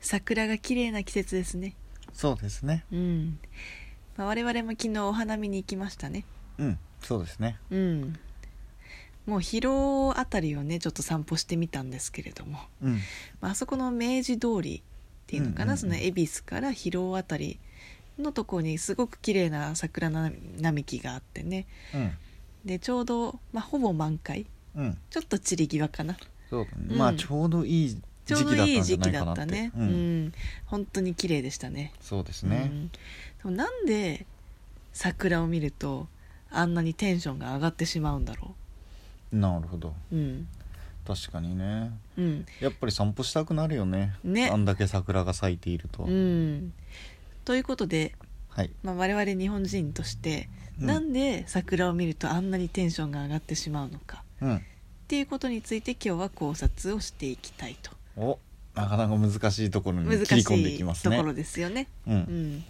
桜が綺麗な季節ですねそうですねうん、まあ、我々も昨日お花見に行きましたねうんそうですねうんもう広尾あたりをねちょっと散歩してみたんですけれども、うんまああそこの明治通りっていうのかな、うんうんうんその恵比寿から広尾あたりのとこにすごく綺麗な桜な並木があってねうんでちょうど、まあ、ほぼ満開うんちょっと散り際かなそうだね、うんまあちょうどいいちょ時うど期だっいたいんじゃ時な期いかだなっったてねう、うんん、本当に綺麗でしたねそうですねうん、でもなんで桜を見るとあんなにテンションが上がってしまうんだろなるほどううん確かにねうんやっぱり散歩したくなるよねねあんだけ桜が咲いていると、うんということで、はい、まあ、我々日本人として、うんなんで桜を見るとあんなにテンションが上がってしまうのかうん、っていうことについて今日は考察をしていきたいとおなかなか難しいところに難切りし込んでいきまいすとねころですよね。ううんん、じ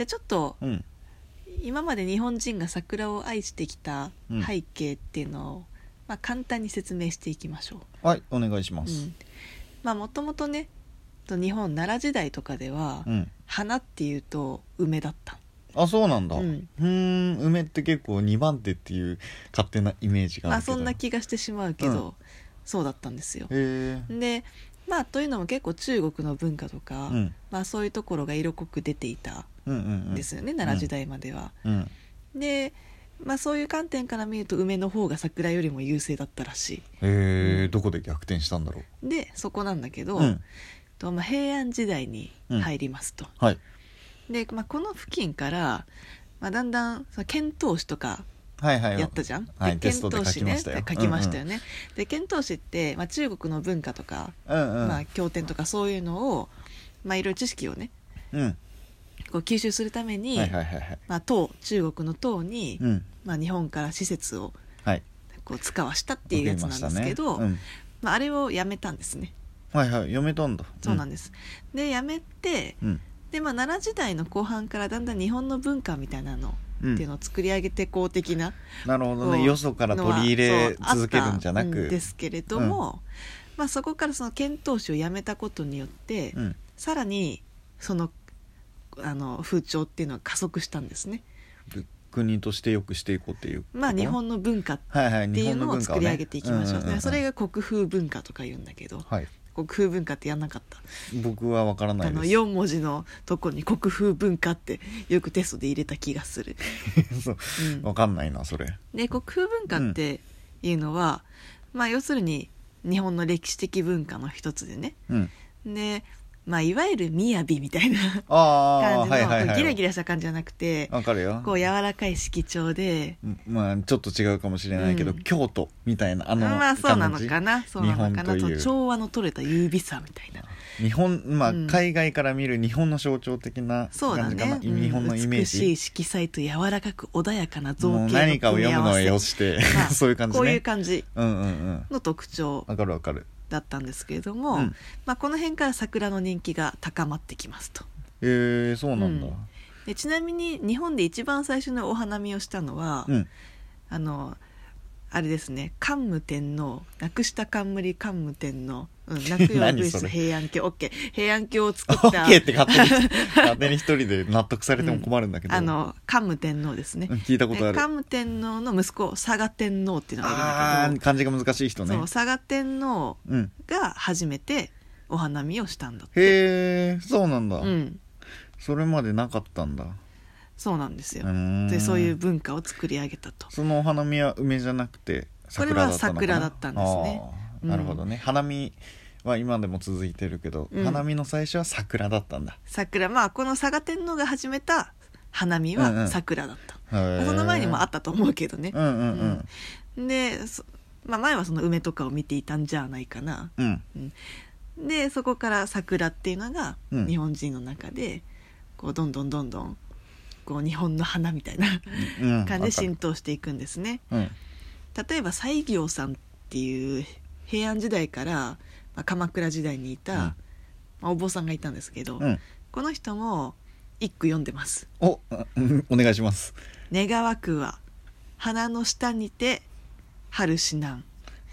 ゃあちょっとうん今まで日本人が桜を愛してきたうん背景っていうのを、まあ、簡単に説明していきましょう。はいお願いしますまあもともとねと日本奈良時代とかでは、うん、花っていうと梅だったあそうなんだううんんん梅って結構2番手っていう勝手なイメージがまああるけどそんな気がしてしまうけど、うんそうだったんですよ。へえでまあというのも結構中国の文化とか、うんまあ、そういうところが色濃く出ていたうんうんうんんですよね、奈良時代までは。うんで、まあ、そういう観点から見ると梅の方が桜よりも優勢だったらしへうえんどこで逆転したんだろい。でそこなんだけうど、うんとまあ、平安時代に入りますと。はいで、まあ、この付近から、まあ、だんだんその遣唐使とかはいはいやったじゃん、はいでテストで書きましたよ遣唐使ね書きましたよね、で遣唐使って、まあ、中国の文化とか、うんうんまあ、経典とかそういうのを、まあ、いろいろ知識をねうんこう吸収するために、はいはいはいはいまあ、唐中国の唐に、うんまあ、日本から施設をはいこう使わしたっていうやつなんですけどわかま、りましあ、あれをやめたんですねたねうんはいはい読めたんだそうなんでです、でやめてすうんで、まあ、奈良時代の後半からだんだん日本の文化みたいなのうんっていうのを作り上げてこう的ななるほどこねうよそから取り入れのは続けるんじゃなそうあったくんですけれども、まあ、そこからその遣唐使をやめたことによって、うんさらにそのあの風潮っていうのは加速したんですね。国としてよくしていこうっていうまあ、日っ本の文化ってはいはいて日いう本ののを文化作をりね上げていきましょう,、んんんんそれが国風文化とか言うんだけどはい国風文化ってやんなかった僕はわからなあいので4文字のとこに国風文化ってよくテストで入れた気がする、す そううんわかんないなそれで国風文化っていうのは、まあ要するに日本の歴史的文化の一つでねうんで、まあ、いわゆる雅みたいなあ感あじの、はいはいこうはいギラギラした感じじゃなくてわかるよこう柔らかい色調でうんまあちょっと違うかもしれないけど、うん京都みたいなあのまあそうなの感じかなそうなのかなと日本という調和の取れた優美さみたいな日本まあ、うん海外から見る日本の象徴的なそうだ感じかな、ね、うん日本のイメー美しいジ色彩と柔らかく穏やかな造もう形何かを読むのはよし、してまあ そういう感じこういうね感じうんうんうんの特徴わかるわかるだったんですけれども、うんまあ、この辺から桜の人気が高まってきますとえー、そうなんだうんでちなみに日本で一番最初のお花見をしたのは、うん、あのあれですね桓武天皇なくした冠桓武天皇、 うん、泣くよう何にそれ平安京 OK 平安京を作 オっッたケーって勝手に勝手に一人で納得されても困るんだけど、あの桓武天皇ですねうん聞いたことである桓武天皇の息子嵯峨天皇っていうのがあいるんーだ漢字が難しい人けど、ねそう嵯峨天皇うんが初めてお花見をしたんだってへえそうなんだ、うんそれまでなかったんだそうなんですよ、ででそういう文化を作り上げたとそのお花見は梅じゃなくてこれ桜だはったのかな桜だったんですねあーなるほどね、花見は今でも続いてるけど、うん花見の最初は桜だったんだ桜まあこの嵯峨天皇が始めた花見うんうはん桜だった、そその前にもあったと思うけどねう、んうんうんで、そまあ、前はその梅とかを見ていたんじゃないかなうんでそこから桜っていうのがうん日本人の中でこうどんどんどんどんこう日本の花みたいなうん感じで浸わ透していくんですね。かる例えば西行さんっていう平安時代から、まあ、鎌倉時代にいた、うんまあお坊さんがいたんですけど、うん、うん、この人も一句読んでます。お、うん、お願いします願わくは花の下にて春死なん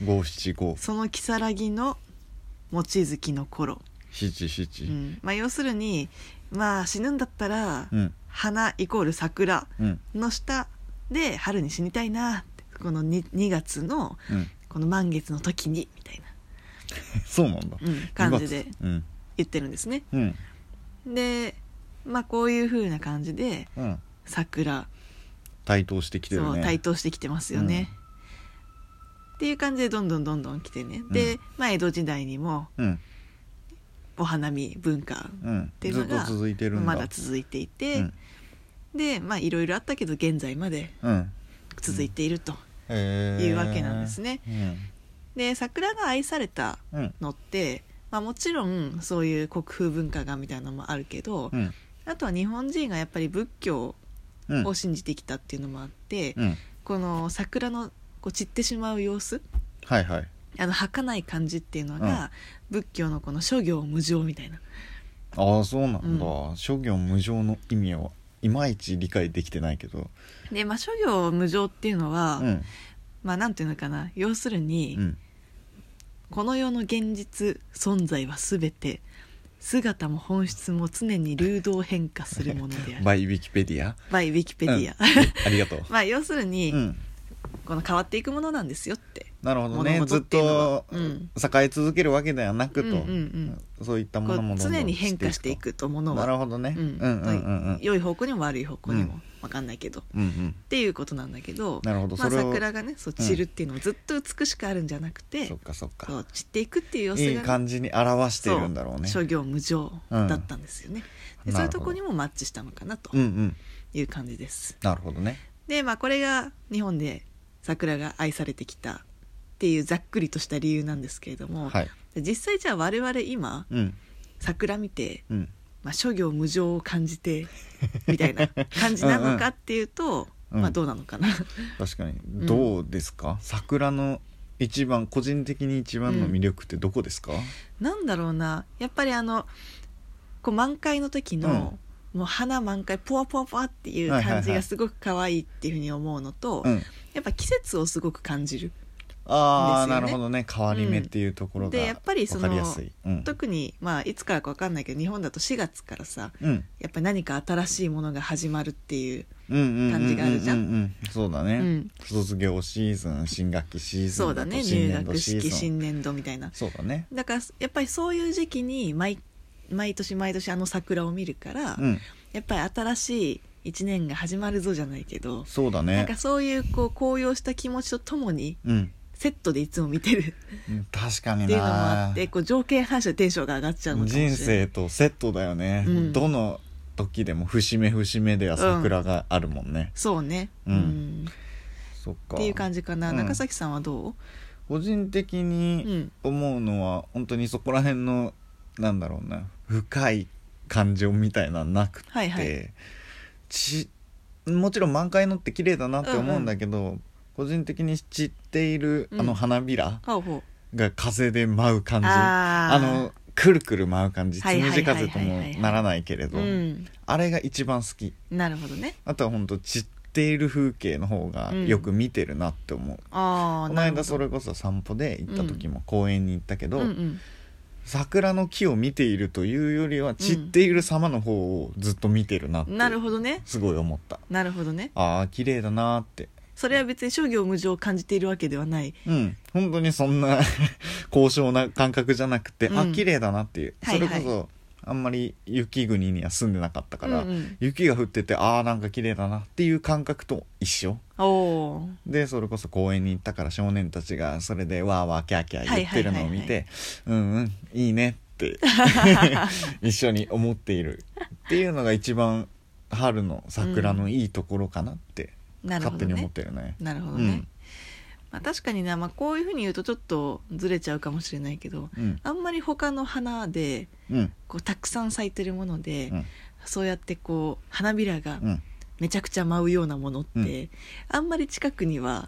五七五その如月の望月の頃七七うんまあ、要するに、まあ、死ぬんだったら、うん花イコール桜うんの下で春に死にたいなってこの 2, 2月のうん この満月の時にみたいな、そうなんだうん感じで二月うん言ってるんですねうんでまあこういう風な感じでうん桜台頭してきてるねそう台頭してきてますよね、っていう感じでどんどんどんどん来てねで、うんまあ、江戸時代にもうんお花見文化うんていうずのっとが続いてるんだまだ続いていて、うんでまあいろいろあったけど現在までうん続いていると、へえいうわけなんですねで桜が愛されたうんうんのって、まあ、もちろんそういう国風文化がみたいなのもあるけど、うんあとは日本人がやっぱり仏教うんを信じてきたっていうのもあって、うんこの桜のこう散ってしまう様子はいはいあの儚い感じっていうのが、仏教のこの諸行無常みたいなああそうなんだ、諸行無常の意味をいまいち理解できてないけどで、まあ、諸行無常っていうのは、うんまあなんていうのかな要するに、うんこの世の現実存在は全て姿も本質も常に流動変化するものであるバイウィキペディア by ウィキペディア、あり がとうまあ要するに、うんこの変わっていくものなんですよってなるほどね物事ずっっていうのはとうん栄え続けるわけではなくと、うんうんうんそういったもこのもうどんどん常に変化していくともとのはなるほどね、ううんん、うんうんうん良い方向にも悪い方向にうも分かんないけど、っうんうんていうことなんだけどなるほどまあ、それを桜がねそう散るっていうのをずっと美しくあるんじゃなくて、そっかそっかそう散っていくっていう様子が、いね、い感じに表しているんだろうねそう諸行無常だったんですよね、うでんそういうなるほどとこにもマッチしたのかなとうんうんいう感じです、なるほどねでまあこれが日本で桜が愛されてきたっていうざっくりとした理由なんですけれども、はいで実際じゃあ我々今うん桜見て、うんまあ、諸行無常を感じ てみたいな感じなのかっていうとうんまあどうなのかな確かにんどうですか、桜の一番個人的に一番の魅力ってどこですか、なんだろうなやっぱりあのこう満開の時の、もう花満開ポワポワポワっていうはいはい感はいじがすごく可愛いっていうふうに思うのと、うん、やっぱ季節をすごく感じるああ、ですよねなるほどね変わり目っていうところがでやっぱりそ分かのりやすい、うん特にまあいつからか分かんないけど日本だと4月からさうんやっぱり何か新しいものが始まるっていう、うんうんうんうんうん感じがあるじゃんそうだうね、ん卒業シーズン新学期シーズンそうだねと入新年度学シーズ式ン新年度みたいなそうだねだからやっぱりそういう時期に毎毎年毎年あの桜を見るから、うんやっぱり新しい1年が始まるぞじゃないけど、そうだなんねかそういうこう高揚した気持ちとともにうんセットでいつも見てるうん確かっになていうのもあってこう条件反射でテンションが上がっちゃうのかもしれな人い生とセットだよね、うんどの時でも節目節目では桜があるもんね、そうね、うんうんそっかっていう感じかな、うん中崎さんはど個人的う、うにん、思うのは本当にそこら辺のなんだろうな深い感情みたいなのなくて、はいはいちもちろん満開のって綺麗だなって思うんだけど、個人的に散っているうんあの花びらほうほうが風で舞う感じ、あーあのくるくる舞う感じつはいはいむはいじはいはい風ともならないけれど、うん、あれが一番好きなるほどねあとは本当散っている風景の方がよく見てるなって思う、ああこの間それこそ散歩で行った時も公園に行ったけど、うんうん、桜の木を見ているというよりは散っている様の方をずっと見てるなって、なるほどねすごい思ったなるほどねああ綺麗だなーってそれは別に諸行無常を感じているわけではないうん本当にそんな 高尚な感覚じゃなくて、うあん綺麗だなっていう、はいはいそれこそあんまり雪国には住んでなかったから、うんうん雪が降っててああなんか綺麗だなっていう感覚と一緒おおでそれこそ公園に行ったから少年たちがそれでわーわーキャーキャー言ってるのを見て、うんうんいいねって 一緒に思っているっていうのが一番春の桜のいいところかなってなる勝ほ手どに思っねてるね。なるほうどね、んまあ、確かにな、まあ、こういうふうに言うとちょっとずれちゃうかもしれないけどうんあんまり他の花でうんこうたくさん咲いてるもので、うんそうやってこう花びらがうんめちゃくちゃ舞うようなものって、うんあんまり近くには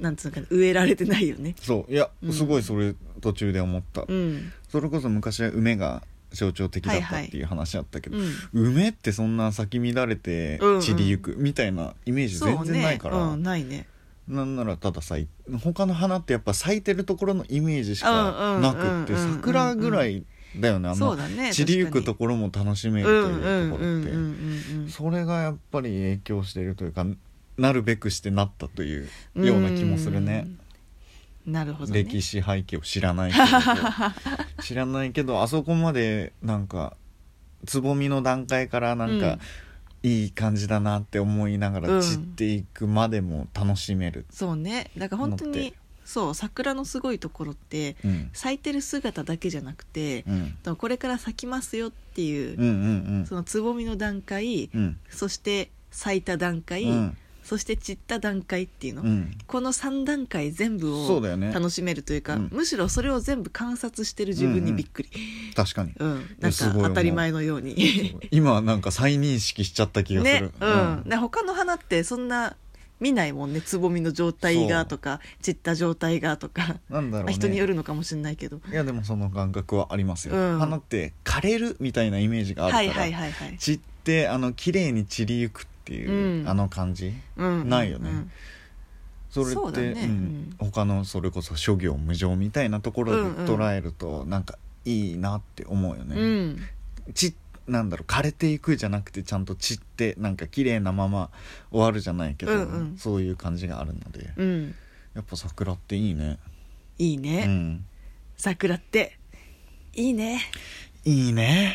なんつうのかな植えられてないよね。そういやうんすごいそれ途中で思った、うん、それこそ昔は梅が象徴的だったっていう話あったけど、うん梅ってそんな咲き乱れてうんうん散りゆくみたいなイメージそうね全然ないから、うん、ないねなんならただ咲い他の花ってやっぱ咲いてるところのイメージしうんうんうんうんかうんなくって桜ぐらいだよねあそうのだね散りゆくとこころも楽しめうるんうとんういんうとこうろんって、うんうんそれがやっぱり影響しているというかなるべくしてなったというような気もするねうんなるほどね歴史背景を知らないけど知らないけどあそこまでなんかつぼみの段階からなんか、いい感じだなって思いながうらん散っていくまでも楽しめる、そうねだから本当思っにてそう桜のすごいところってうん咲いてる姿だけじゃなくてう、ん、これから咲きますよっていう、うんうんそのつぼみの段階、うんうんそして咲いた段階、うんそして散った段階っていうの、うんこの3段階全部そうをだよね楽しめるというかうんむしろそれを全部観察してる自分にびっくり、確かにうんなんすごいか思う当たり前のように今はなんか再認識しちゃった気がすねる、うん、で他の花ってそんな見ないもんねつぼみの状態がとか散った状態がとか、なんだまあろうね人によるのかもしれないけどいやでもその感覚はありますよ、うん花って枯れるみたいなイメージがあるかはら、いはいはいはい、散ってあの綺麗に散りゆくっていう、うんあの感じうん、ないよねそれってそうだねうん他のそれこそ諸行無常みたいなところでうんうん捉えるとなんかいいなって思うようね、ん、うんちなんだろう枯れていくじゃなくてちゃんと散ってなんか綺麗なまま終わるじゃないけど、うんうんそういう感じがあるのでうん、やっぱ桜っていいね、いいうね、ん、桜っていいねいいね